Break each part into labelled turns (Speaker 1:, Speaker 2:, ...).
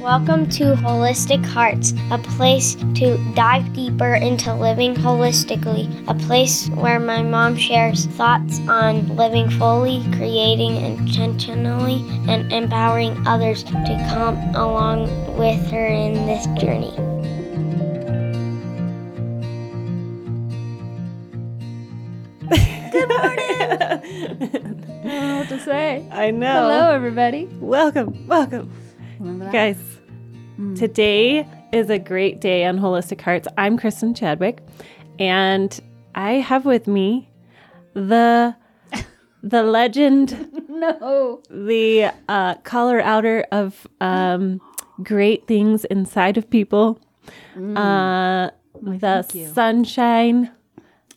Speaker 1: Welcome to Holistic Hearts, a place to dive deeper into living holistically, a place where my mom shares thoughts on living fully, creating intentionally, and empowering others to come along with her in this journey.
Speaker 2: Good morning.
Speaker 3: I don't know what to say.
Speaker 2: I know.
Speaker 3: Hello, everybody.
Speaker 2: Welcome, welcome,
Speaker 3: Remember that? Mm.
Speaker 2: guys. Today is a great day on Holistic Hearts. I'm Kristen Chadwick, and I have with me the the legend,
Speaker 3: No.
Speaker 2: the uh, caller outer of um, great things inside of people, uh, the
Speaker 3: Mm. thank you.
Speaker 2: sunshine,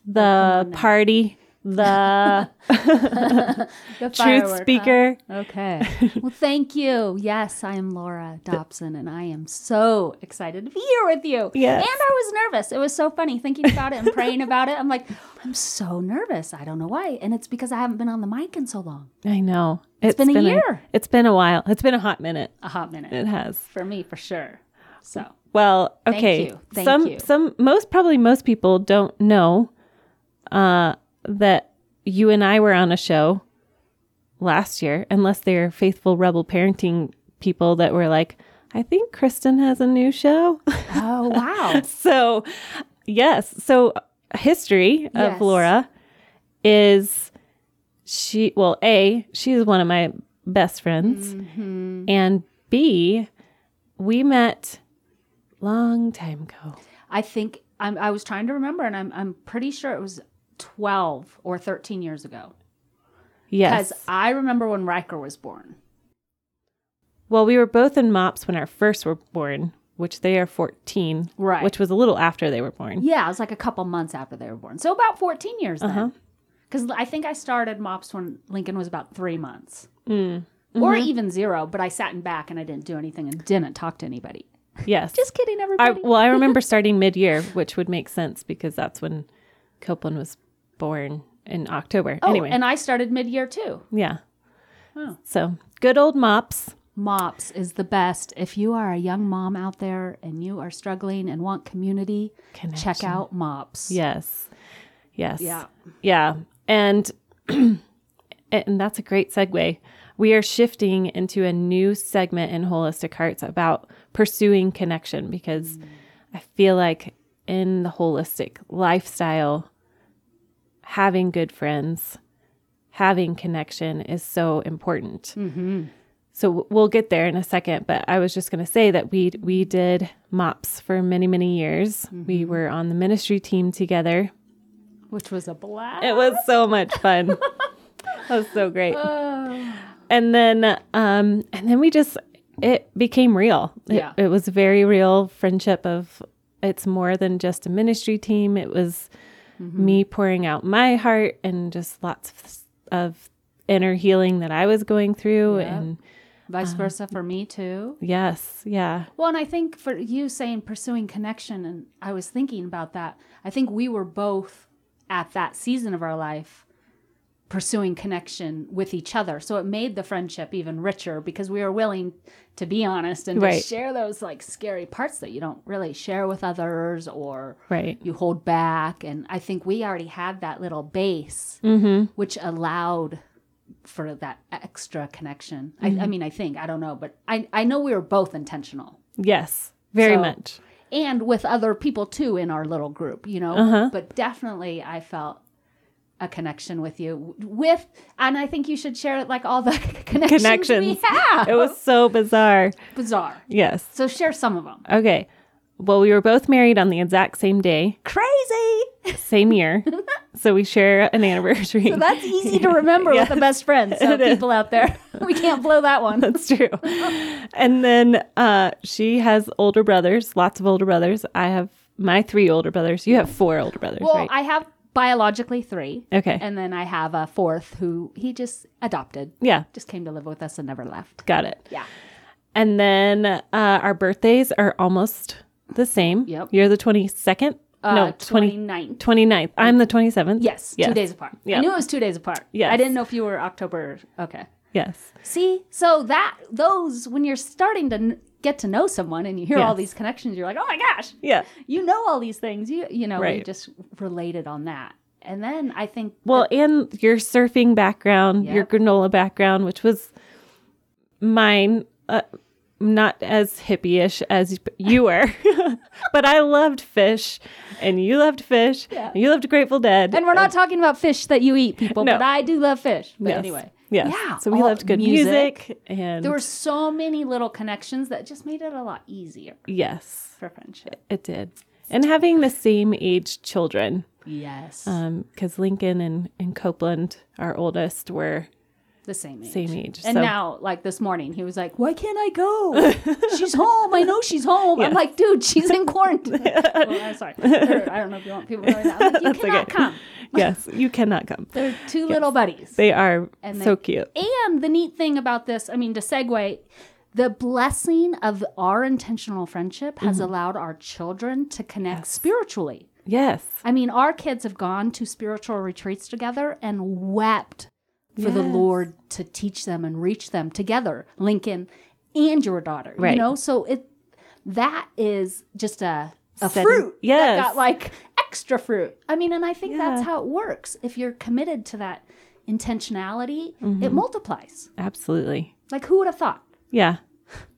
Speaker 2: the party, the
Speaker 3: The
Speaker 2: truth
Speaker 3: firework.
Speaker 2: speaker.
Speaker 3: Okay. Well, thank you. Yes, I am Laura Dobson, and I am so excited to be here with you.
Speaker 2: Yes.
Speaker 3: And I was nervous. It was so funny thinking about it and praying about it. I'm like, I'm so nervous. I don't know why. And it's because I haven't been on the mic in so long.
Speaker 2: I know. it's
Speaker 3: been a year.
Speaker 2: it's been a while. It's been a hot minute.
Speaker 3: A hot minute.
Speaker 2: It has.
Speaker 3: For me, for sure. So,
Speaker 2: Well, okay.
Speaker 3: you. Thank
Speaker 2: some
Speaker 3: you.
Speaker 2: some most probably most people don't know uh that you and I were on a show last year unless they're faithful rebel parenting people that were like, I think Kristen has a new show.
Speaker 3: oh, wow.
Speaker 2: so, yes. So, history of
Speaker 3: Yes.
Speaker 2: Laura is she well, A, she's one of my best friends.
Speaker 3: Mhm.
Speaker 2: And B, we met long time ago.
Speaker 3: I think I'm, I was trying to remember, and I'm, I'm pretty sure it was 12 or 13 years ago. Because
Speaker 2: Yes.
Speaker 3: I remember when Riker was born.
Speaker 2: well, we were both in MOPS when our first were born, which they are 14,
Speaker 3: Right.
Speaker 2: which was a little after they were born.
Speaker 3: Yeah, it was like a couple months after they were born. So about 14 years
Speaker 2: Uh-huh.
Speaker 3: then. Because I think I started MOPS when Lincoln was about three months
Speaker 2: Mm.
Speaker 3: or even zero, but I sat in back and I didn't do anything and didn't talk to anybody.
Speaker 2: Yes.
Speaker 3: Just kidding,
Speaker 2: I,
Speaker 3: everybody.
Speaker 2: well, I remember starting mid year, which would make sense because that's when Copeland was born in October.
Speaker 3: oh,
Speaker 2: anyway.
Speaker 3: and I started mid year too.
Speaker 2: yeah.
Speaker 3: Oh.
Speaker 2: So good old MOPS.
Speaker 3: MOPS is the best. If you are a young mom out there and you are struggling and want community, check
Speaker 2: Connection.
Speaker 3: out MOPS.
Speaker 2: Yes. Yes.
Speaker 3: Yeah.
Speaker 2: Yeah. And and that's a great segue. We are shifting into a new segment in Holistic Hearts about pursuing connection because I feel like in the holistic lifestyle having good friends, having connection is so important.
Speaker 3: Mm-hmm.
Speaker 2: So w- we'll get there in a second, but I was just going to say that we we did mops for many many years.
Speaker 3: Mm-hmm.
Speaker 2: We were on the ministry team together.
Speaker 3: Which was a blast.
Speaker 2: It was so much fun. that was so great.
Speaker 3: Oh.
Speaker 2: And then um and then we just it became real. It,
Speaker 3: Yeah.
Speaker 2: it was a very real friendship of it's more than just a ministry team. It was
Speaker 3: Mm-hmm.
Speaker 2: me pouring out my heart and just lots of, of inner healing that I was going through
Speaker 3: Yeah.
Speaker 2: and
Speaker 3: Vice
Speaker 2: um,
Speaker 3: versa for me too.
Speaker 2: yes, yeah.
Speaker 3: Well, and I think for you saying pursuing connection, and I was thinking about that. I think we were both at that season of our life pursuing connection with each other. So it made the friendship even richer because we were willing to be honest and to
Speaker 2: Right.
Speaker 3: share those like scary parts that you don't really share with others or
Speaker 2: Right.
Speaker 3: you hold back. And I think we already had that little base
Speaker 2: Mhm.
Speaker 3: which allowed for that extra connection. I, I mean, I think, I don't know, but I, I know we were both intentional
Speaker 2: Yes. Very
Speaker 3: So-
Speaker 2: much.
Speaker 3: and with other people too in our little group, you know.
Speaker 2: Uh-huh.
Speaker 3: But definitely, I felt a connection with you. With and I think you should share like all the connections, we
Speaker 2: Connections.
Speaker 3: have.
Speaker 2: It was so bizarre.
Speaker 3: bizarre.
Speaker 2: Yes.
Speaker 3: So share some of them.
Speaker 2: Okay. Well, we were both married on the exact same day.
Speaker 3: Crazy.
Speaker 2: same year. so we share an anniversary.
Speaker 3: So that's easy to remember with a best friend. So people out there, we can't blow that one.
Speaker 2: That's true. And then uh, she has older brothers, lots of older brothers. I have my three older brothers. You have four older brothers,
Speaker 3: Well,
Speaker 2: right?
Speaker 3: I have biologically three,
Speaker 2: okay.
Speaker 3: and then I have a fourth who he just adopted,
Speaker 2: yeah,
Speaker 3: just came to live with us and never left.
Speaker 2: got it.
Speaker 3: Yeah.
Speaker 2: And then uh, our birthdays are almost the same.
Speaker 3: Yep.
Speaker 2: You're the 22nd?
Speaker 3: Uh,
Speaker 2: no, 20,
Speaker 3: 29.
Speaker 2: 29th. I'm the 27th.
Speaker 3: Yes,
Speaker 2: Yes.
Speaker 3: two days apart.
Speaker 2: Yeah.
Speaker 3: I knew it was two days apart.
Speaker 2: Yes.
Speaker 3: I didn't know if you were October. Okay.
Speaker 2: Yes.
Speaker 3: See, so that those when you're starting to n- get to know someone and you hear all
Speaker 2: Yes.
Speaker 3: these connections, you're like, oh my gosh,
Speaker 2: Yeah.
Speaker 3: you know all these things. You you know, we
Speaker 2: Right.
Speaker 3: just related on that. And then I think
Speaker 2: Well, and your surfing background, your
Speaker 3: Yep.
Speaker 2: granola background, which was mine, uh, not as hippie-ish as you were, but I loved fish, and you loved fish,
Speaker 3: Yeah.
Speaker 2: and you loved Grateful Dead,
Speaker 3: and we're not talking about fish that you eat, people,
Speaker 2: uh, No.
Speaker 3: but I do love fish. But
Speaker 2: Yes.
Speaker 3: anyway.
Speaker 2: Yes.
Speaker 3: Yeah.
Speaker 2: So we
Speaker 3: all-
Speaker 2: loved good music, and
Speaker 3: There were so many little connections that just made it a lot easier
Speaker 2: yes,
Speaker 3: for friendship.
Speaker 2: it did. And having the same age children,
Speaker 3: Yes.
Speaker 2: because Lincoln and, and Copeland, our oldest, were
Speaker 3: the same age.
Speaker 2: same age.
Speaker 3: And
Speaker 2: so
Speaker 3: now, like this morning, he was like, Why can't I go? she's home. I know she's home. I'm like, Dude, she's in quarantine. well, I'm sorry. Or, I don't know if you want people knowing that. I'm like, you
Speaker 2: That's
Speaker 3: cannot
Speaker 2: okay.
Speaker 3: come.
Speaker 2: yes, you cannot come.
Speaker 3: They're two little buddies.
Speaker 2: They are
Speaker 3: And
Speaker 2: so
Speaker 3: they-
Speaker 2: cute.
Speaker 3: and the neat thing about this, I mean, to segue, the blessing of our intentional friendship has
Speaker 2: Mm-hmm.
Speaker 3: allowed our children to connect spiritually.
Speaker 2: Yes.
Speaker 3: I mean, our kids have gone to spiritual retreats together and wept for the
Speaker 2: Yes.
Speaker 3: Lord to teach them and reach them together, Lincoln and your daughter.
Speaker 2: Right.
Speaker 3: You know, so it that is just a a
Speaker 2: Setting-
Speaker 3: fruit
Speaker 2: Yes.
Speaker 3: that got like extra fruit. I mean, and I think that's
Speaker 2: Yeah.
Speaker 3: how it works. If you're committed to that intentionality,
Speaker 2: Mm-hmm.
Speaker 3: it multiplies.
Speaker 2: Absolutely.
Speaker 3: Like who would have thought?
Speaker 2: Yeah.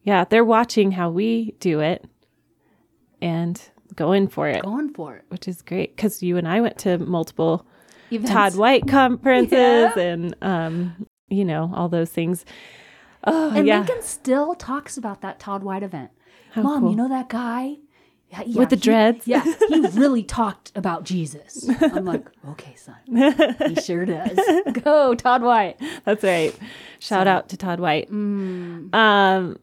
Speaker 2: Yeah. They're watching how we do it and going for it,
Speaker 3: Going for it.
Speaker 2: which is great because you and I went to multiple
Speaker 3: Events.
Speaker 2: Todd White conferences
Speaker 3: Yeah.
Speaker 2: and, um, you know, all those things. Oh,
Speaker 3: And
Speaker 2: yeah.
Speaker 3: Lincoln still talks about that Todd White event. Mom, you know that guy? Yeah, yeah,
Speaker 2: With the
Speaker 3: he-
Speaker 2: dreads?
Speaker 3: Yeah, he really talked about Jesus. I'm like, okay, son. He sure does. Go, Todd White.
Speaker 2: That's right. Shout out to Todd White.
Speaker 3: Mm.
Speaker 2: Um,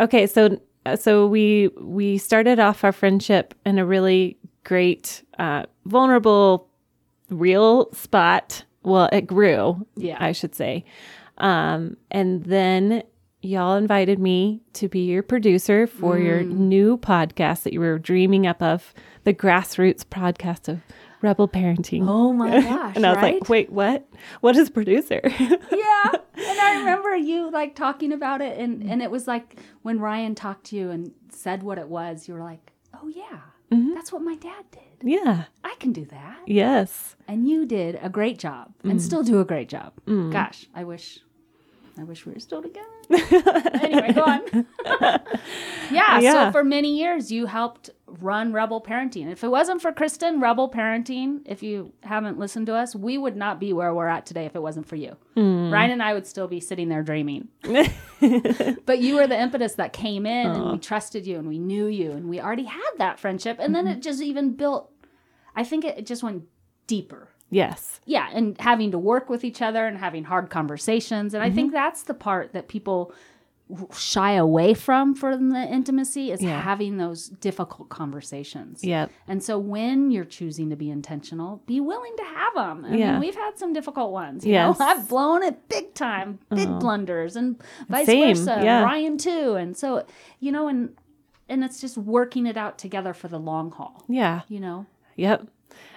Speaker 2: okay, so so we we started off our friendship in a really great, uh, vulnerable, real spot. Well, it grew,
Speaker 3: Yeah.
Speaker 2: I should say. Um, and then y'all invited me to be your producer for your
Speaker 3: Mm.
Speaker 2: new podcast that you were dreaming up of, the grassroots podcast of rebel parenting.
Speaker 3: Oh my gosh.
Speaker 2: and I was
Speaker 3: right?
Speaker 2: like, wait, what? What is producer?
Speaker 3: yeah. And I remember you like talking about it. And, and it was like when Ryan talked to you and said what it was, you were like, oh, yeah,
Speaker 2: Mm-hmm.
Speaker 3: that's what my dad did.
Speaker 2: yeah.
Speaker 3: I can do that.
Speaker 2: Yes.
Speaker 3: and you did a great job
Speaker 2: Mm.
Speaker 3: and still do a great job. Gosh, I wish I wish we were still together. anyway, go on. yeah,
Speaker 2: Yeah.
Speaker 3: so for many years you helped run Rebel Parenting. If it wasn't for Kristen, Rebel Parenting, if you haven't listened to us, we would not be where we're at today if it wasn't for you. Ryan and I would still be sitting there dreaming. but you were the impetus that came in and we trusted you and we knew you and we already had that friendship and then it just even built I think it, it just went deeper
Speaker 2: Yes.
Speaker 3: yeah and having to work with each other and having hard conversations and i
Speaker 2: Mm-hmm.
Speaker 3: think that's the part that people shy away from from the intimacy is
Speaker 2: Yeah.
Speaker 3: having those difficult conversations
Speaker 2: Yep.
Speaker 3: and so when you're choosing to be intentional be willing to have them i
Speaker 2: Yeah.
Speaker 3: mean we've had some difficult ones you
Speaker 2: Yes. Uh-huh.
Speaker 3: know i've blown it big time big blunders and vice
Speaker 2: Same,
Speaker 3: versa
Speaker 2: yeah.
Speaker 3: ryan too and so you know and and it's just working it out together for the long haul
Speaker 2: Yeah.
Speaker 3: you know
Speaker 2: Yep.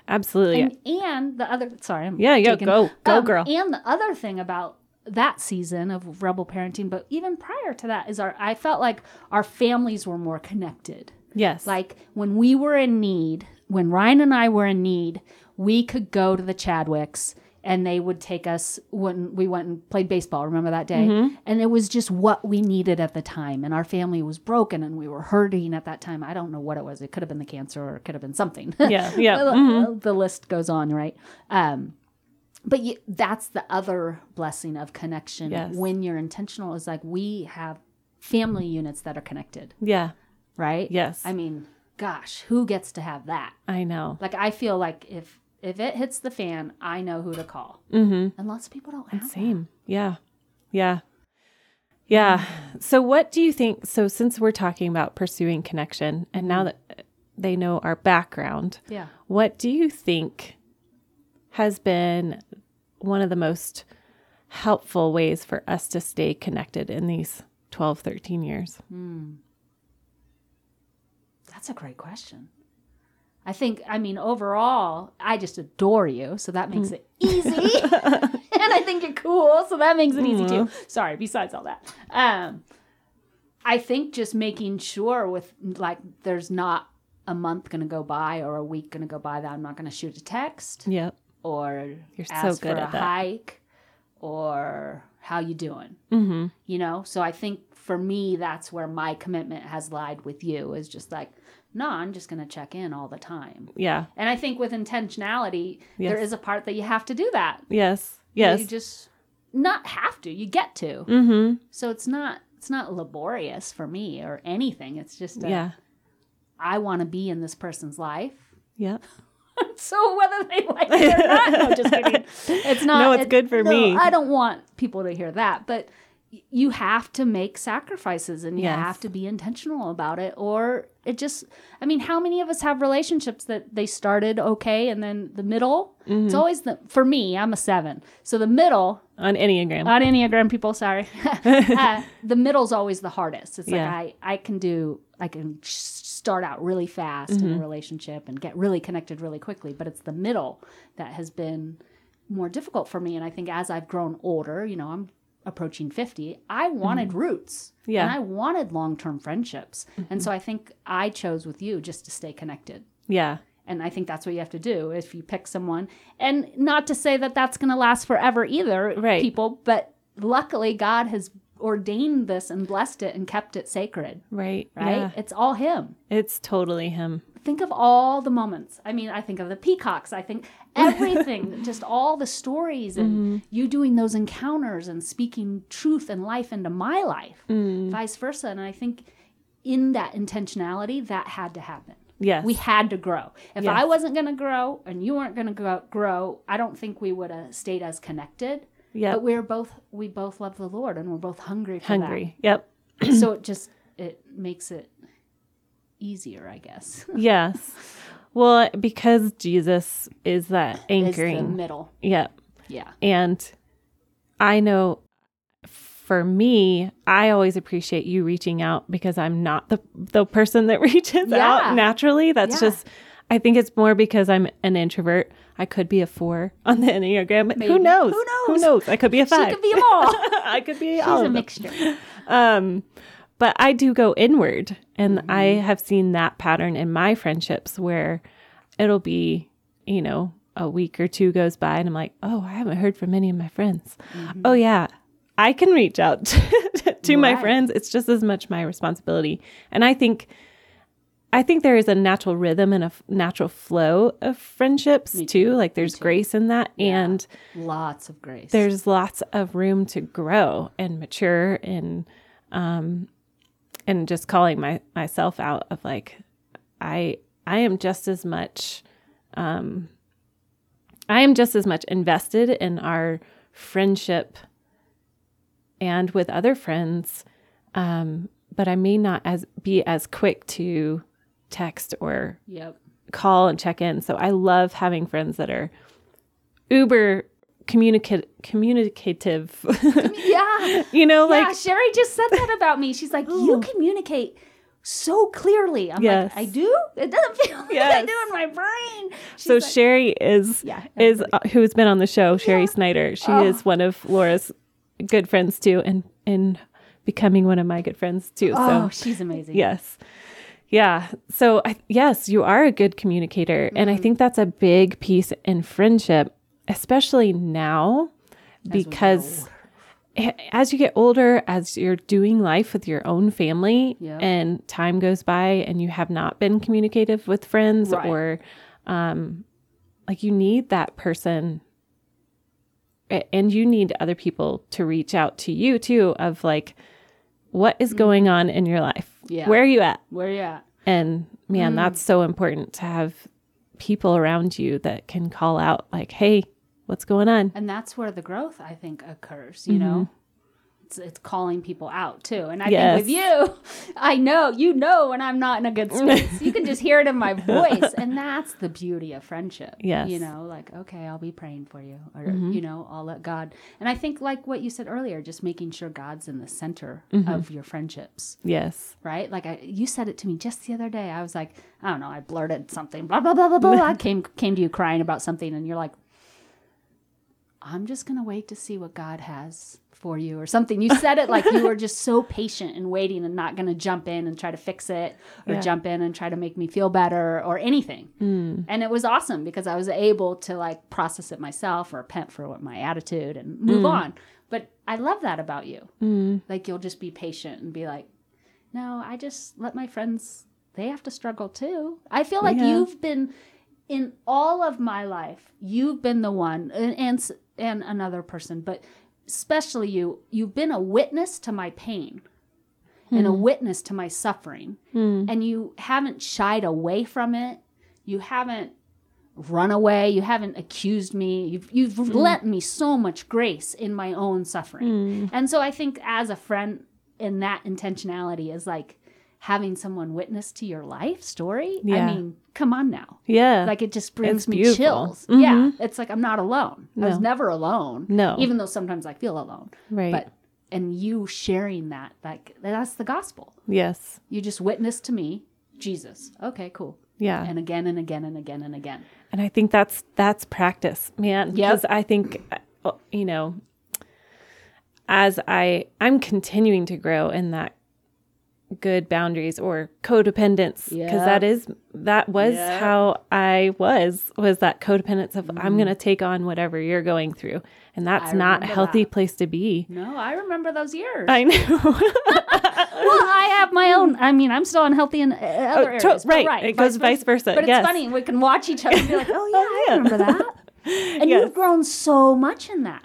Speaker 2: Absolutely.
Speaker 3: and, and the other, sorry, I'm
Speaker 2: Yeah, yeah,
Speaker 3: taking- um,
Speaker 2: go. Go, girl.
Speaker 3: And the other thing about that season of Rebel Parenting, but even prior to that, is our I felt like our families were more connected.
Speaker 2: yes.
Speaker 3: Like when we were in need, when Ryan and I were in need, we could go to the Chadwicks and they would take us when we went and played baseball. Remember that day?
Speaker 2: Mm-hmm.
Speaker 3: And it was just what we needed at the time. And our family was broken and we were hurting at that time. I don't know what it was. It could have been the cancer or it could have been something.
Speaker 2: Yeah, yeah. Mm.
Speaker 3: The-
Speaker 2: Mm-hmm.
Speaker 3: The list goes on, right? Um, but you, that's the other blessing of connection
Speaker 2: Yes.
Speaker 3: when you're intentional is like we have family units that are connected
Speaker 2: yeah.
Speaker 3: right?
Speaker 2: Yes.
Speaker 3: I mean, gosh, who gets to have that?
Speaker 2: I know.
Speaker 3: Like, I feel like if if it hits the fan, I know who to call.
Speaker 2: Mhm.
Speaker 3: And lots of people don't have. that.
Speaker 2: Same. Yeah. Yeah.
Speaker 3: Mm.
Speaker 2: Yeah. So what do you think so since we're talking about pursuing connection and now that uh, they know our background,
Speaker 3: Mm. Yeah.
Speaker 2: what do you think has been one of the most helpful ways for us to stay connected in these 12 13 years?
Speaker 3: Mm. That's a great question. I think, I mean, overall, I just adore you. So that makes it easy. and I think you're cool. So that makes it easy too. Sorry, besides all that. Um, I think just making sure with like there's not a month going to go by or a week going to go by that I'm not going to shoot a text
Speaker 2: Yep.
Speaker 3: or
Speaker 2: You're so
Speaker 3: ask
Speaker 2: good
Speaker 3: for a
Speaker 2: at that.
Speaker 3: hike or how you doing
Speaker 2: Mm-hmm.
Speaker 3: you know so i think for me that's where my commitment has lied with you is just like no i'm just going to check in all the time
Speaker 2: Yeah.
Speaker 3: and i think with intentionality there
Speaker 2: Yes.
Speaker 3: is a part that you have to do that
Speaker 2: Yes.
Speaker 3: That
Speaker 2: Yes.
Speaker 3: you just not have to you get to
Speaker 2: mm-hmm.
Speaker 3: so it's not it's not laborious for me or anything it's just a,
Speaker 2: Yeah.
Speaker 3: i want to be in this person's life
Speaker 2: Yep.
Speaker 3: so whether they like it or not no just kidding it's not
Speaker 2: No, it's
Speaker 3: it-
Speaker 2: good for
Speaker 3: no,
Speaker 2: me.
Speaker 3: i don't want people to hear that but y- you have to make sacrifices and you
Speaker 2: Yes.
Speaker 3: have to be intentional about it or it just i mean how many of us have relationships that they started okay and then the middle
Speaker 2: Mm-hmm.
Speaker 3: it's always the for me i'm a seven so the middle
Speaker 2: On Enneagram.
Speaker 3: not enneagram people sorry uh, the middle's always the hardest it's
Speaker 2: Yeah.
Speaker 3: like i i can do i can s- start out really fast in a
Speaker 2: Mm-hmm.
Speaker 3: relationship and get really connected really quickly but it's the middle that has been more difficult for me and i think as i've grown older you know i'm approaching 50 i wanted roots
Speaker 2: Mm-hmm. Yeah. Mm-hmm.
Speaker 3: and i wanted long-term friendships and so i think i chose with you just to stay connected
Speaker 2: yeah.
Speaker 3: and I think that's what you have to do if you pick someone. And not to say that that's going to last forever either,
Speaker 2: Right.
Speaker 3: people, but luckily God has ordained this and blessed it and kept it sacred,
Speaker 2: Right.
Speaker 3: right?
Speaker 2: Yeah.
Speaker 3: It's all Him.
Speaker 2: It's totally him.
Speaker 3: Think of all the moments. I mean, I think of the peacocks. I think everything, just all the stories and
Speaker 2: Mm-hmm.
Speaker 3: you doing those encounters and speaking truth and life into my life,
Speaker 2: Mm.
Speaker 3: vice versa. And I think in that intentionality, that had to happen.
Speaker 2: Yes.
Speaker 3: We had to grow. If
Speaker 2: Yes.
Speaker 3: I wasn't going to grow and you weren't going to grow, I don't think we would have stayed as connected.
Speaker 2: Yep.
Speaker 3: But we are both we both love the Lord and we're both hungry for
Speaker 2: Hungry. Yep.
Speaker 3: that. so it just it makes it easier, I guess.
Speaker 2: Yes. Well, because Jesus is that
Speaker 3: Is the
Speaker 2: anchoring.
Speaker 3: middle.
Speaker 2: Yep.
Speaker 3: Yeah.
Speaker 2: And I know for me, I always appreciate you reaching out because I'm not the the person that reaches
Speaker 3: Yeah.
Speaker 2: out naturally. That's
Speaker 3: Yeah.
Speaker 2: just I think it's more because I'm an introvert. I could be a four on the Enneagram. but Who
Speaker 3: Maybe.
Speaker 2: knows?
Speaker 3: Who
Speaker 2: Who
Speaker 3: knows?
Speaker 2: knows? I could be a five.
Speaker 3: She could be them all.
Speaker 2: I could be all
Speaker 3: She's a
Speaker 2: of them.
Speaker 3: mixture.
Speaker 2: Um, but I do go inward, and I have seen that pattern in my friendships where it'll be, you know, a week or two goes by, and I'm like, oh, I haven't heard from any of my friends. Oh, yeah, I can reach out to, my
Speaker 3: Right.
Speaker 2: friends. It's just as much my responsibility. And I think. I think there is a natural rhythm and a f- natural flow of friendships too. Like there's grace in that. And
Speaker 3: Lots of grace.
Speaker 2: there's lots of room to grow and mature and um and just calling my myself out of like i i am just as much um i am just as much invested in our friendship and with other friends um but i may not as be as quick to text or
Speaker 3: yep.
Speaker 2: call and check in. So I love having friends that are uber communica- communicative.
Speaker 3: Yeah.
Speaker 2: you know,
Speaker 3: yeah,
Speaker 2: like
Speaker 3: Sherry just said that about me. She's like, you communicate so clearly. I'm
Speaker 2: Yes.
Speaker 3: like, I do. It doesn't feel like I
Speaker 2: Yes.
Speaker 3: do in my brain. She's
Speaker 2: so
Speaker 3: like,
Speaker 2: Sherry is
Speaker 3: Yeah, Oh.
Speaker 2: is uh, who's been on the show, Sherry Snyder. She is one of Laura's good friends too and and becoming one of my good friends too.
Speaker 3: oh,
Speaker 2: so
Speaker 3: she's amazing.
Speaker 2: yes. Yeah. So I, yes, you are a good communicator and
Speaker 3: Mm-hmm.
Speaker 2: I think that's a big piece in friendship, especially now because as you get older, as you're doing life with your own family
Speaker 3: Yeah.
Speaker 2: and time goes by and you have not been communicative with friends
Speaker 3: Right.
Speaker 2: or um, like you need that person a- and you need other people to reach out to you too of like what is going on in your life?
Speaker 3: Mm-hmm. Yeah.
Speaker 2: Where are you at?
Speaker 3: Where you at?
Speaker 2: And
Speaker 3: Mm.
Speaker 2: man, that's so important to have people around you that can call out like, "Hey, what's going on?"
Speaker 3: And that's where the growth, I think, occurs, you know? It's, it's calling people out too. And I think with you, I know, you know when I'm not in a good space. you can just hear it in my voice. And that's the beauty of friendship.
Speaker 2: Yes.
Speaker 3: You know, like, okay, I'll be praying for you. Or, you know, I'll let God. And I think, like what you said earlier, just making sure God's in the center of your friendships
Speaker 2: Yes.
Speaker 3: right? Like I, you said it to me just the other day. I was like, I don't know, I blurted something, blah blah blah blah blah. I came came to you crying about something, and you're like, I'm just going to wait to see what God has for you or something. You said it like you were just so patient and waiting and not going to jump in and try to fix it or
Speaker 2: Yeah.
Speaker 3: jump in and try to make me feel better or anything. And it was awesome because I was able to like process it myself or repent for what my attitude and move on. But I love that about you. Like you'll just be patient and be like, no, I just let my friends, they have to struggle too. I feel like
Speaker 2: Yeah.
Speaker 3: you've been in all of my life, you've been the one and, and s- and another person, but especially you, you've been a witness to my pain and a witness to my suffering. And you haven't shied away from it. You haven't run away. You haven't accused me. You've, you've lent me so much grace in my own suffering.
Speaker 2: Mm-hmm.
Speaker 3: And so I think as a friend, in that intentionality is like having someone witness to your life story.
Speaker 2: Yeah.
Speaker 3: I mean, come on now.
Speaker 2: Yeah.
Speaker 3: Like it just brings
Speaker 2: It's
Speaker 3: me
Speaker 2: beautiful. Mm-hmm.
Speaker 3: chills. Yeah. It's like I'm not alone. I was
Speaker 2: No.
Speaker 3: never alone.
Speaker 2: No.
Speaker 3: Even though sometimes I feel alone.
Speaker 2: right.
Speaker 3: But and you sharing that, like that's the gospel.
Speaker 2: yes.
Speaker 3: You just witness to me, Jesus. Okay, cool.
Speaker 2: Yeah.
Speaker 3: And again and again and again and again.
Speaker 2: And I think that's that's practice, man.
Speaker 3: Yep.
Speaker 2: Because I think uh, you know, as I I'm continuing to grow in that good boundaries or codependence because
Speaker 3: Yep.
Speaker 2: that is that was
Speaker 3: Yep. Mm-hmm.
Speaker 2: how I was was that codependence of I'm going to take on whatever you're going through and that's
Speaker 3: I
Speaker 2: not a
Speaker 3: remember
Speaker 2: healthy
Speaker 3: that. Mm-hmm.
Speaker 2: place to be.
Speaker 3: No, I remember those years.
Speaker 2: I know.
Speaker 3: well, I have my own. I mean, I'm still unhealthy in uh, other
Speaker 2: Oh,
Speaker 3: areas.
Speaker 2: to-
Speaker 3: but
Speaker 2: right. It goes vice versa.
Speaker 3: But it's
Speaker 2: Yes.
Speaker 3: funny. We can watch each other and be like, oh, yeah,
Speaker 2: yeah."
Speaker 3: I remember that. And
Speaker 2: Yes. Uh,
Speaker 3: you've grown so much in that.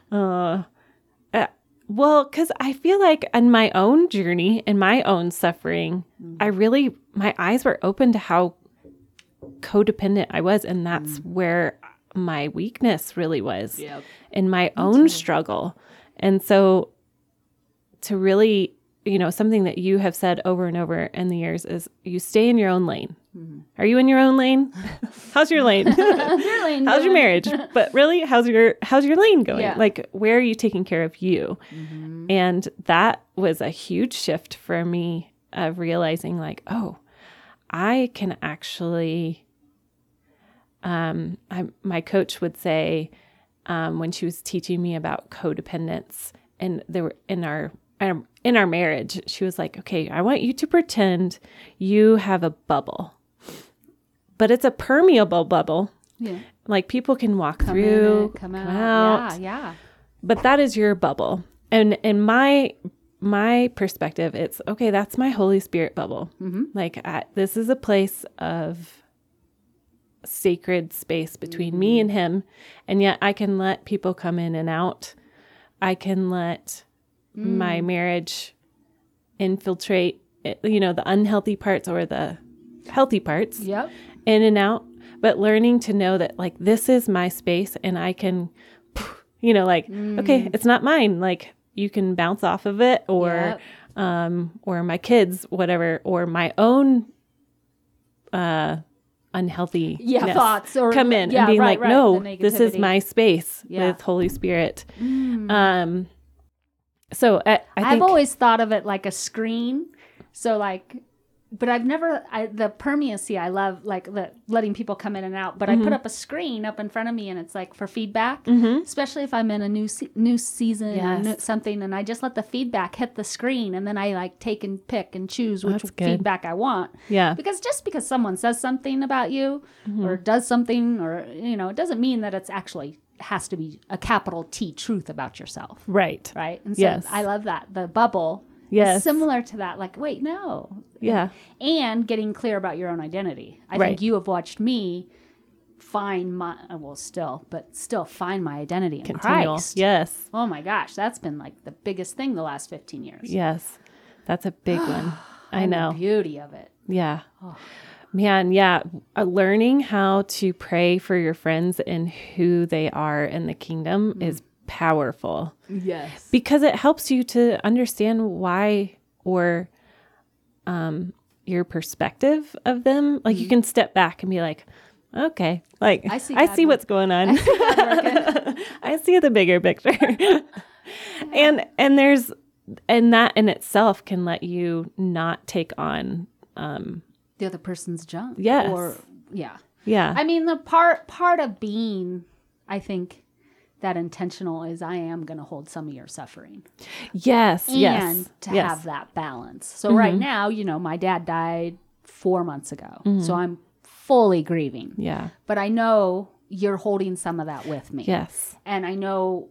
Speaker 2: Well, because I feel like in my own journey, in my own suffering, I really, my eyes were open to how codependent I was. And that's where my weakness really was
Speaker 3: Yep.
Speaker 2: in my own struggle. And so to really, you know, something that you have said over and over in the years is you stay in your own lane. Are you in your own lane? How's your lane?
Speaker 3: Really,
Speaker 2: how's your marriage but really how's your how's your lane going
Speaker 3: Yeah.
Speaker 2: like where are you taking care of you
Speaker 3: Mm-hmm.
Speaker 2: and that was a huge shift for me of realizing like oh i can actually um I, my coach would say um, when she was teaching me about codependence and they were in our um, in our marriage she was like okay i want you to pretend you have a bubble but it's a permeable bubble
Speaker 3: Yeah.
Speaker 2: like people can walk
Speaker 3: Come
Speaker 2: through
Speaker 3: in, come out. Yeah, yeah.
Speaker 2: but that is your bubble and in my my perspective it's okay that's my holy spirit bubble like I, this is a place of sacred space between me and him and yet i can let people come in and out i can let my marriage infiltrate it, you know the unhealthy parts or the healthy parts
Speaker 3: Yep.
Speaker 2: in and out, but learning to know that like this is my space and I can, you know, like
Speaker 3: Mm.
Speaker 2: okay, it's not mine. Like you can bounce off of it or
Speaker 3: Yep.
Speaker 2: um or my kids whatever or my own uh unhealthy
Speaker 3: Yeah, thoughts or-
Speaker 2: come in
Speaker 3: yeah,
Speaker 2: and being
Speaker 3: right,
Speaker 2: like
Speaker 3: right,
Speaker 2: no
Speaker 3: the
Speaker 2: this is
Speaker 3: negativity.
Speaker 2: my space
Speaker 3: Yeah. Mm.
Speaker 2: with holy spirit um so i, I
Speaker 3: I've
Speaker 2: think
Speaker 3: always thought of it like a screen. So like, but I've never I, the permeancy. I love like the letting people come in and out. But I
Speaker 2: Mm-hmm.
Speaker 3: put up a screen up in front of me, and it's like for feedback, especially if I'm in a new se- new season
Speaker 2: Yes.
Speaker 3: or new, something, and I just let the feedback hit the screen, and then I like take and pick and choose which
Speaker 2: That's good.
Speaker 3: feedback I want.
Speaker 2: yeah Mm-hmm.
Speaker 3: Because just because someone says something about you or does something or you know, it doesn't mean that it's actually has to be a capital T truth about yourself
Speaker 2: right
Speaker 3: right? And so
Speaker 2: Yes.
Speaker 3: I love that. The bubble
Speaker 2: Yes.
Speaker 3: is similar to that. Like, wait, no.
Speaker 2: yeah
Speaker 3: And getting clear about your own identity. I
Speaker 2: Right.
Speaker 3: think you have watched me find my, uh, well, still, but still find my identity in
Speaker 2: continual
Speaker 3: Christ.
Speaker 2: yes
Speaker 3: Oh my gosh, that's been like the biggest thing the last 15 years.
Speaker 2: yes that's a big one i
Speaker 3: And the
Speaker 2: know
Speaker 3: beauty of it.
Speaker 2: Yeah. Man, yeah. Uh, learning how to pray for your friends and who they are in the kingdom is powerful
Speaker 3: Yes.
Speaker 2: because it helps you to understand why or um, your perspective of them. Like you can step back and be like, okay, like Mm-hmm. I
Speaker 3: see
Speaker 2: see, I
Speaker 3: God
Speaker 2: see
Speaker 3: work-
Speaker 2: what's going on. I see the bigger picture. and and there's and that in itself can let you not take on
Speaker 3: the other person's junk.
Speaker 2: Yes.
Speaker 3: Or, yeah.
Speaker 2: yeah
Speaker 3: I mean, the part part of being, I think, that intentional is I am going to hold some of your suffering
Speaker 2: Yes, yes.
Speaker 3: and to
Speaker 2: yes. Mm-hmm.
Speaker 3: have that balance. So right now, you know, my dad died 4 months ago.
Speaker 2: Mm-hmm.
Speaker 3: So I'm fully grieving.
Speaker 2: Yeah.
Speaker 3: But I know you're holding some of that with me.
Speaker 2: Yes.
Speaker 3: And I know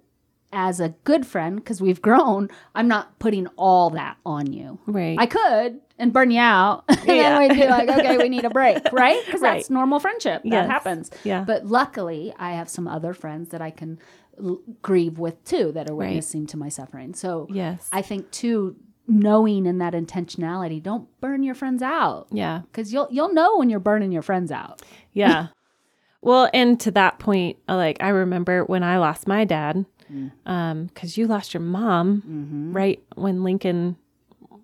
Speaker 3: as a good friend because we've grown, I'm not putting all that on you.
Speaker 2: Right.
Speaker 3: I could and burn you out. and
Speaker 2: Yeah.
Speaker 3: then we'd be like, okay, we need a break, right? Because that's
Speaker 2: Right.
Speaker 3: normal friendship.
Speaker 2: Yes.
Speaker 3: That happens.
Speaker 2: Yeah.
Speaker 3: But luckily, I have some other friends that I can l- grieve with too that are
Speaker 2: Right.
Speaker 3: witnessing to my suffering. So
Speaker 2: yes.
Speaker 3: I think too, knowing in that intentionality, don't burn your friends out.
Speaker 2: yeah.
Speaker 3: Because you'll you'll know when you're burning your friends out.
Speaker 2: Yeah. well, and to that point, uh, like I remember when I lost my dad,
Speaker 3: Mm.
Speaker 2: um, 'cause because you lost your mom
Speaker 3: Mm-hmm.
Speaker 2: right when Lincoln,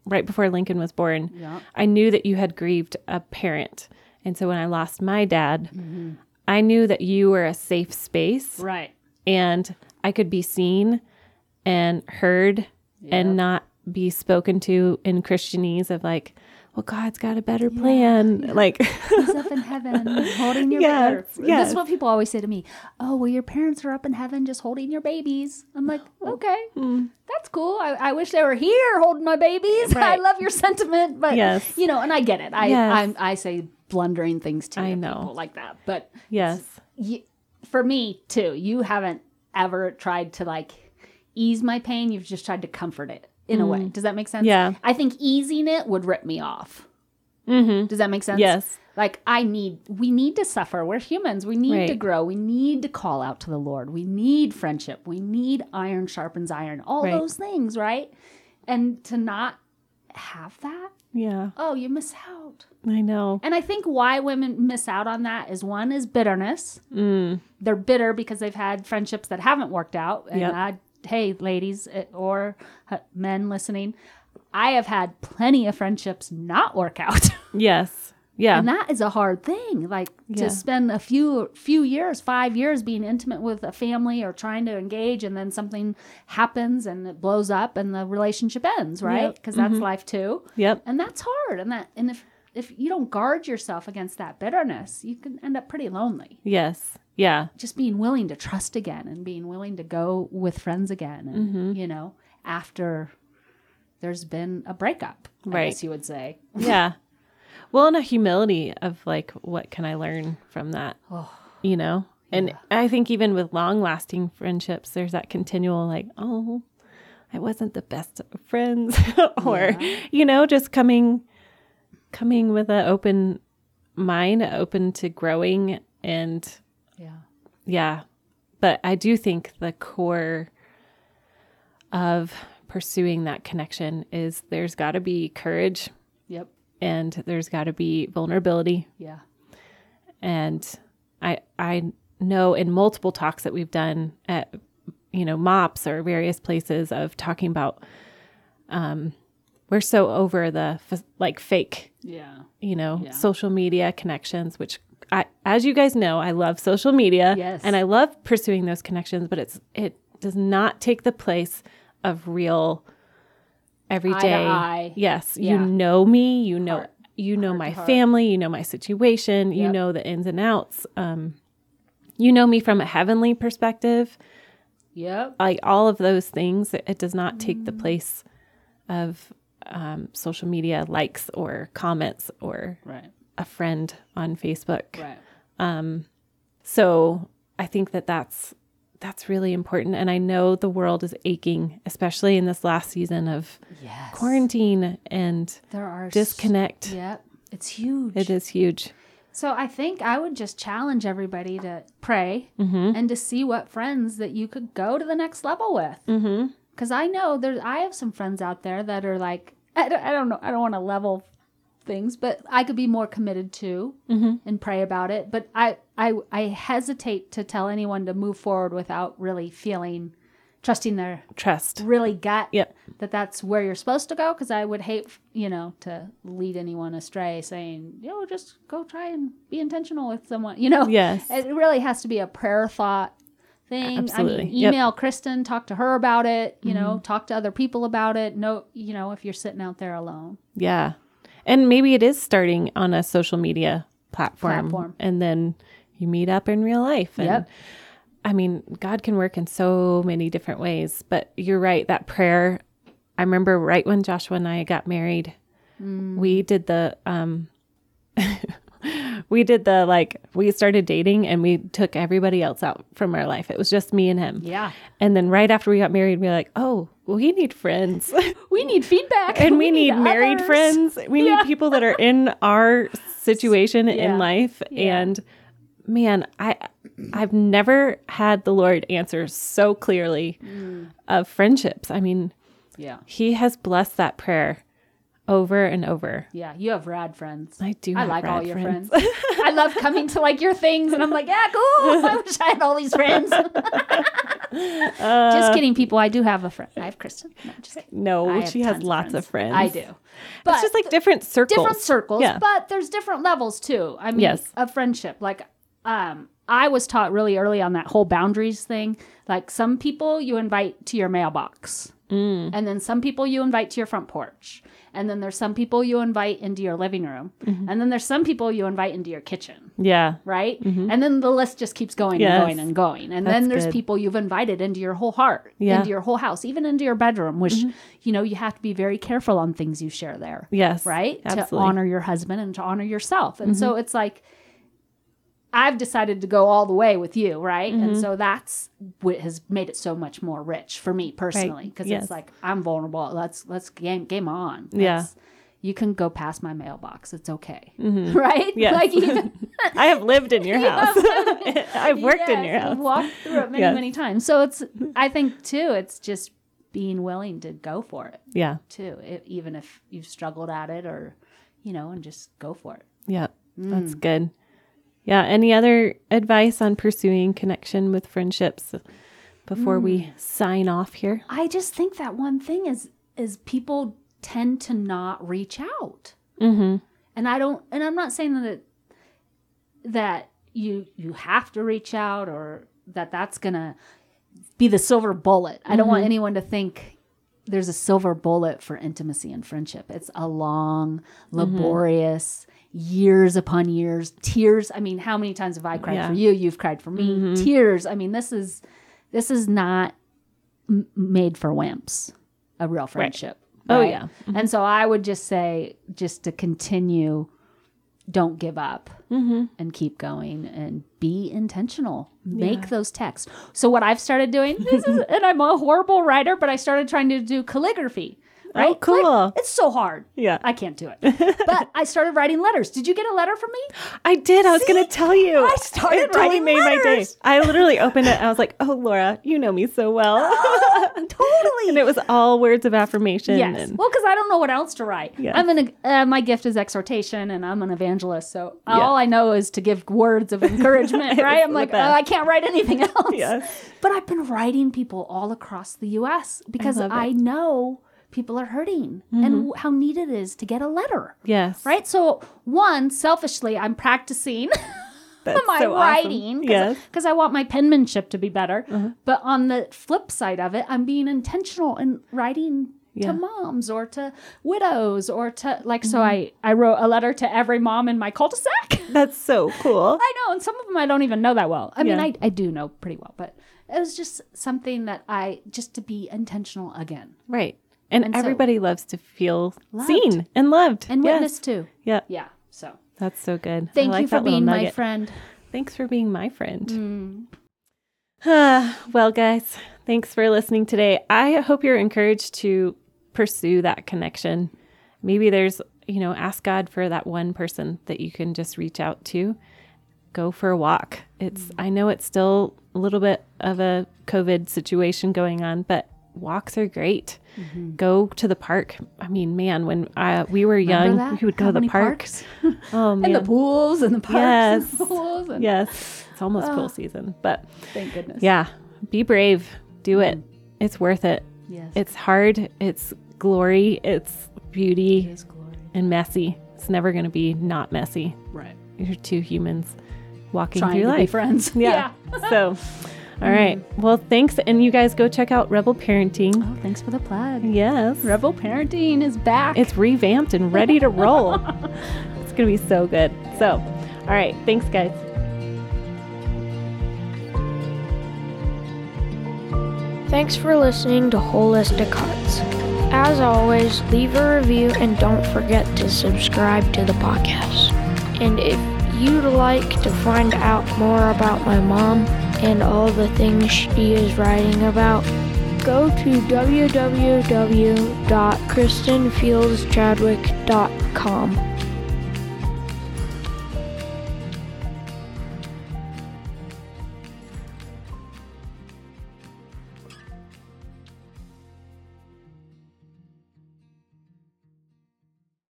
Speaker 2: right before Lincoln was born.
Speaker 3: Yeah.
Speaker 2: I knew that you had grieved a parent, and so when I lost my dad,
Speaker 3: Mm-hmm.
Speaker 2: I knew that you were a safe space
Speaker 3: Right.
Speaker 2: and I could be seen and heard and not be spoken to in Christianese of like, well, God's got a better plan. Like,
Speaker 3: He's up in heaven holding your
Speaker 2: Yes,
Speaker 3: baby. This
Speaker 2: yes.
Speaker 3: is what people always say to me. Oh, well, your parents are up in heaven just holding your babies. I'm like,
Speaker 2: Oh.
Speaker 3: okay,
Speaker 2: Hmm.
Speaker 3: that's cool. I, I wish they were here holding my babies. I
Speaker 2: Right.
Speaker 3: love your sentiment, but
Speaker 2: Yes.
Speaker 3: you know, and I get it. I
Speaker 2: Yes.
Speaker 3: I'm, I say blundering things to
Speaker 2: I know.
Speaker 3: people like that, but
Speaker 2: yes,
Speaker 3: y for me too, you haven't ever tried to like ease my pain. You've just tried to comfort it in a way. Does that make sense?
Speaker 2: Mm. Yeah.
Speaker 3: I think easing it would rip me off.
Speaker 2: mm-hmm.
Speaker 3: Does that make sense?
Speaker 2: yes,
Speaker 3: Like I need we need to suffer. We're humans. We need to
Speaker 2: Right.
Speaker 3: grow. We need to call out to the Lord. We need friendship. We need iron sharpens iron. All
Speaker 2: Right.
Speaker 3: those things, right? And to not have that,
Speaker 2: yeah,
Speaker 3: oh, you miss out.
Speaker 2: I know,
Speaker 3: And I think why women miss out on that is one is bitterness.
Speaker 2: Mm.
Speaker 3: They're bitter because they've had friendships that haven't worked out. And
Speaker 2: Yep.
Speaker 3: I, hey, ladies eh, or uh, men listening, I have had plenty of friendships not work out.
Speaker 2: yes, yeah,
Speaker 3: and that is a hard thing like
Speaker 2: Yeah.
Speaker 3: to spend a few few years five years being intimate with a family or trying to engage and then something happens and it blows up and the relationship ends right
Speaker 2: Yep. Mm-hmm.
Speaker 3: because that's life too
Speaker 2: yep,
Speaker 3: and that's hard and that and if if you don't guard yourself against that bitterness you can end up pretty lonely
Speaker 2: yes, yeah,
Speaker 3: just being willing to trust again and being willing to go with friends again and you know after there's been a breakup i
Speaker 2: Right.
Speaker 3: guess you would say
Speaker 2: yeah. Well, and a humility of like, what can I learn from that? You know, and I think even with long-lasting friendships, there's that continual like, oh, I wasn't the best of friends, or you know, just coming, coming with an open mind, open to growing and
Speaker 3: yeah
Speaker 2: Yeah. But I do think the core of pursuing that connection is there's got to be courage
Speaker 3: yep
Speaker 2: and there's got to be vulnerability
Speaker 3: yeah
Speaker 2: and I I know in multiple talks that we've done at you know mops or various places of talking about um we're so over the f- like fake
Speaker 3: yeah
Speaker 2: you know,
Speaker 3: Yeah.
Speaker 2: social media connections, which I, as you guys know, I love social media
Speaker 3: Yes.
Speaker 2: and I love pursuing those connections, but it's, it does not take the place of real everyday.
Speaker 3: eye.
Speaker 2: Yes.
Speaker 3: Yeah.
Speaker 2: You know me, you know,
Speaker 3: Heart.
Speaker 2: you know
Speaker 3: Heart
Speaker 2: my
Speaker 3: to heart.
Speaker 2: family, you know my situation, you
Speaker 3: Yep.
Speaker 2: know the ins and outs. Um, you know me from a heavenly perspective,
Speaker 3: Yep.
Speaker 2: like all of those things. It, it does not take
Speaker 3: Mm.
Speaker 2: the place of um, social media likes or comments or
Speaker 3: Right.
Speaker 2: a friend on Facebook.
Speaker 3: Right.
Speaker 2: So I think that that's that's really important. And I know the world is aching, especially in this last season of
Speaker 3: Yes.
Speaker 2: quarantine and
Speaker 3: There are s-
Speaker 2: disconnect.
Speaker 3: Yep. It's huge.
Speaker 2: It is huge.
Speaker 3: So I think I would just challenge everybody to pray and to see what friends that you could go to the next level with.
Speaker 2: Mm-hmm.
Speaker 3: Because I know there's, I have some friends out there that are like, I don't, I don't know, I don't want to level things, but I could be more committed to and pray about it. But I, I, I hesitate to tell anyone to move forward without really feeling, trusting their
Speaker 2: Trust.
Speaker 3: really gut
Speaker 2: Yep.
Speaker 3: that that's where you're supposed to go because I would hate, you know, to lead anyone astray saying, yo, just go try and be intentional with someone, you know?
Speaker 2: Yes.
Speaker 3: It really has to be a prayer thought thing. I
Speaker 2: Absolutely.
Speaker 3: mean,
Speaker 2: Yep. Mm-hmm.
Speaker 3: email Kristen, talk to her about it, you know, talk to other people about it. No, you know, if you're sitting out there alone.
Speaker 2: Yeah. And maybe it is starting on a social media platform,
Speaker 3: Platform.
Speaker 2: and then you meet up in real life. And
Speaker 3: Yep.
Speaker 2: I mean, God can work in so many different ways, but you're right. That prayer, I remember right when Joshua and I got married,
Speaker 3: Mm.
Speaker 2: we did the, um, we did the like, we started dating and we took everybody else out from our life. It was just me and him.
Speaker 3: Yeah.
Speaker 2: And then right after we got married, we were like, oh, we need friends
Speaker 3: We need feedback.
Speaker 2: and we, need, married
Speaker 3: others.
Speaker 2: friends. We
Speaker 3: Yeah.
Speaker 2: need people that are in our situation
Speaker 3: Yeah.
Speaker 2: in life. And man, I I've never had the Lord answer so clearly
Speaker 3: Mm.
Speaker 2: of friendships. I mean,
Speaker 3: Yeah.
Speaker 2: He has blessed that prayer over and over.
Speaker 3: Yeah. You have rad friends.
Speaker 2: I do.
Speaker 3: I
Speaker 2: have
Speaker 3: like all
Speaker 2: rad
Speaker 3: your friends. I love coming to like your things, and I'm like, yeah, cool. I wish I had all these friends.
Speaker 2: Uh,
Speaker 3: just kidding, people. I do have a friend. I have Kristen. No, just kidding. I
Speaker 2: No,
Speaker 3: have
Speaker 2: she has
Speaker 3: tons of
Speaker 2: lots of friends.
Speaker 3: I do, but
Speaker 2: It's just like different circles.
Speaker 3: different circles.
Speaker 2: Yeah.
Speaker 3: But there's different levels too. I mean,
Speaker 2: Yes.
Speaker 3: of friendship. Like, um, I was taught really early on that whole boundaries thing. Like, some people you invite to your mailbox,
Speaker 2: Mm.
Speaker 3: and then some people you invite to your front porch, and then there's some people you invite into your living room,
Speaker 2: Mm-hmm.
Speaker 3: and then there's some people you invite into your kitchen
Speaker 2: yeah.
Speaker 3: right? And then the list just keeps going
Speaker 2: Mm-hmm.
Speaker 3: and
Speaker 2: Yes.
Speaker 3: going and going. And then
Speaker 2: That's
Speaker 3: there's
Speaker 2: good.
Speaker 3: people you've invited into your whole heart,
Speaker 2: Yeah. Mm-hmm.
Speaker 3: into your whole house, even into your bedroom, which you know you have to be very careful on things you share there.
Speaker 2: Yes.
Speaker 3: Right? To
Speaker 2: Absolutely. Mm-hmm.
Speaker 3: honor your husband and to honor yourself. And so it's like I've decided to go all the way with you, right? And
Speaker 2: Mm-hmm.
Speaker 3: so that's what has made it so much more rich for me personally because
Speaker 2: Yes.
Speaker 3: it's like I'm vulnerable. Let's let's game game on.
Speaker 2: Yeah.
Speaker 3: Let's- you can go past my mailbox. It's okay, right?
Speaker 2: Mm-hmm. Yes.
Speaker 3: Like even
Speaker 2: I have lived in your house. I've worked in your
Speaker 3: Yes, I've
Speaker 2: house.
Speaker 3: Walked through it many,
Speaker 2: Yes.
Speaker 3: many times. So it's, I think too, it's just being willing to go for it
Speaker 2: Yeah.
Speaker 3: too, it, even if you've struggled at it or, you know, and just go for it.
Speaker 2: Yeah,
Speaker 3: Hmm.
Speaker 2: that's good. Yeah. Any other advice on pursuing connection with friendships before
Speaker 3: Hmm.
Speaker 2: we sign off here?
Speaker 3: I just think that one thing is, is people tend to not reach out.
Speaker 2: Mm-hmm.
Speaker 3: and i don't and i'm not saying that it, that you you have to reach out or that that's gonna be the silver bullet i don't
Speaker 2: Mm-hmm.
Speaker 3: want anyone to think there's a silver bullet for intimacy and friendship it's a long
Speaker 2: Mm-hmm.
Speaker 3: laborious years upon years tears i mean how many times have i cried
Speaker 2: Yeah. Mm-hmm.
Speaker 3: for you you've cried for me tears i mean this is this is not m- made for wimps a real friendship
Speaker 2: Oh, yeah.
Speaker 3: and so I would just say, just to continue, don't give up
Speaker 2: Mm-hmm.
Speaker 3: and keep going and be intentional. Make those texts. So what I've started doing, this is, and I'm a horrible writer, but I started trying to do calligraphy. Right? Like,
Speaker 2: Oh, cool.
Speaker 3: it's so hard.
Speaker 2: Yeah.
Speaker 3: I can't do it. but I started writing letters. Did you get a letter from me?
Speaker 2: I did. I was going to tell you.
Speaker 3: I started
Speaker 2: It totally
Speaker 3: writing
Speaker 2: made my day.
Speaker 3: letters.
Speaker 2: I literally opened it. And I was like, "Oh, Laura, you know me so well." totally. And it was all words of affirmation.
Speaker 3: Oh, Yes.
Speaker 2: And,
Speaker 3: Well, because I don't know what else to write.
Speaker 2: Yeah.
Speaker 3: I'm an uh, my gift is exhortation, and I'm an evangelist. So
Speaker 2: Yeah.
Speaker 3: all I know is to give words of encouragement. right? I'm
Speaker 2: the
Speaker 3: like, oh,
Speaker 2: best.
Speaker 3: I can't write anything else.
Speaker 2: Yes.
Speaker 3: But I've been writing people all across the U.S. because
Speaker 2: love it. Mm-hmm.
Speaker 3: I, know people are hurting and w- how needed it is to get a letter.
Speaker 2: yes.
Speaker 3: Right. So one, selfishly, I'm practicing
Speaker 2: That's
Speaker 3: my
Speaker 2: so awesome.
Speaker 3: writing because
Speaker 2: Yes. Uh-huh.
Speaker 3: I want my penmanship to be better. But on the flip side of it, I'm being intentional in writing
Speaker 2: Yeah.
Speaker 3: to
Speaker 2: Mm-hmm.
Speaker 3: moms or to widows or to like. So I I wrote a letter to every mom in my cul-de-sac.
Speaker 2: That's so cool.
Speaker 3: I know, and some of them I don't even know that well. I mean,
Speaker 2: Yeah.
Speaker 3: I I do know pretty well, but it was just something that I just to be intentional again
Speaker 2: right. And,
Speaker 3: And so-
Speaker 2: everybody loves to feel
Speaker 3: Loved.
Speaker 2: seen and loved
Speaker 3: and
Speaker 2: Yes.
Speaker 3: witness too.
Speaker 2: Yeah.
Speaker 3: Yeah. So
Speaker 2: That's so good. I
Speaker 3: thank
Speaker 2: like
Speaker 3: you for
Speaker 2: that little
Speaker 3: being my
Speaker 2: nugget.
Speaker 3: friend.
Speaker 2: Thanks for being my friend.
Speaker 3: Mm.
Speaker 2: Ah, well, guys, thanks for listening today. I hope you're encouraged to pursue that connection. Maybe there's, you know, ask God for that one person that you can just reach out to. Go for a walk. It's,
Speaker 3: Mm.
Speaker 2: I know it's still a little bit of a COVID situation going on, but walks are great.
Speaker 3: Mm-hmm.
Speaker 2: Go to the park. I mean, man, when uh, we were
Speaker 3: Remember
Speaker 2: young,
Speaker 3: that?
Speaker 2: we would go
Speaker 3: How
Speaker 2: to the
Speaker 3: many
Speaker 2: park.
Speaker 3: parks?
Speaker 2: Oh, man.
Speaker 3: and the pools and the parks
Speaker 2: Yes.
Speaker 3: and the pools. And,
Speaker 2: yes. It's almost
Speaker 3: Ah.
Speaker 2: pool season, but
Speaker 3: Thank goodness.
Speaker 2: yeah, be brave. Do it. It's worth it.
Speaker 3: Yes.
Speaker 2: It's hard. It's glory. It's beauty
Speaker 3: is glory.
Speaker 2: and messy. It's never going to be not messy.
Speaker 3: Right.
Speaker 2: You're two humans walking
Speaker 3: Trying
Speaker 2: through
Speaker 3: to be
Speaker 2: life.
Speaker 3: friends.
Speaker 2: yeah. so, all right. Well, thanks. And you guys go check out Rebel Parenting.
Speaker 3: Oh, thanks for the plug.
Speaker 2: Yes.
Speaker 3: Rebel parenting is back.
Speaker 2: It's revamped and ready to roll. it's going to be so good. So, all right. Thanks, guys.
Speaker 4: Thanks for listening to Holistic Hearts. As always, leave a review and don't forget to subscribe to the podcast. And if you'd like to find out more about my mom and all the things she is writing about, go to www.kristenfieldschadwick.com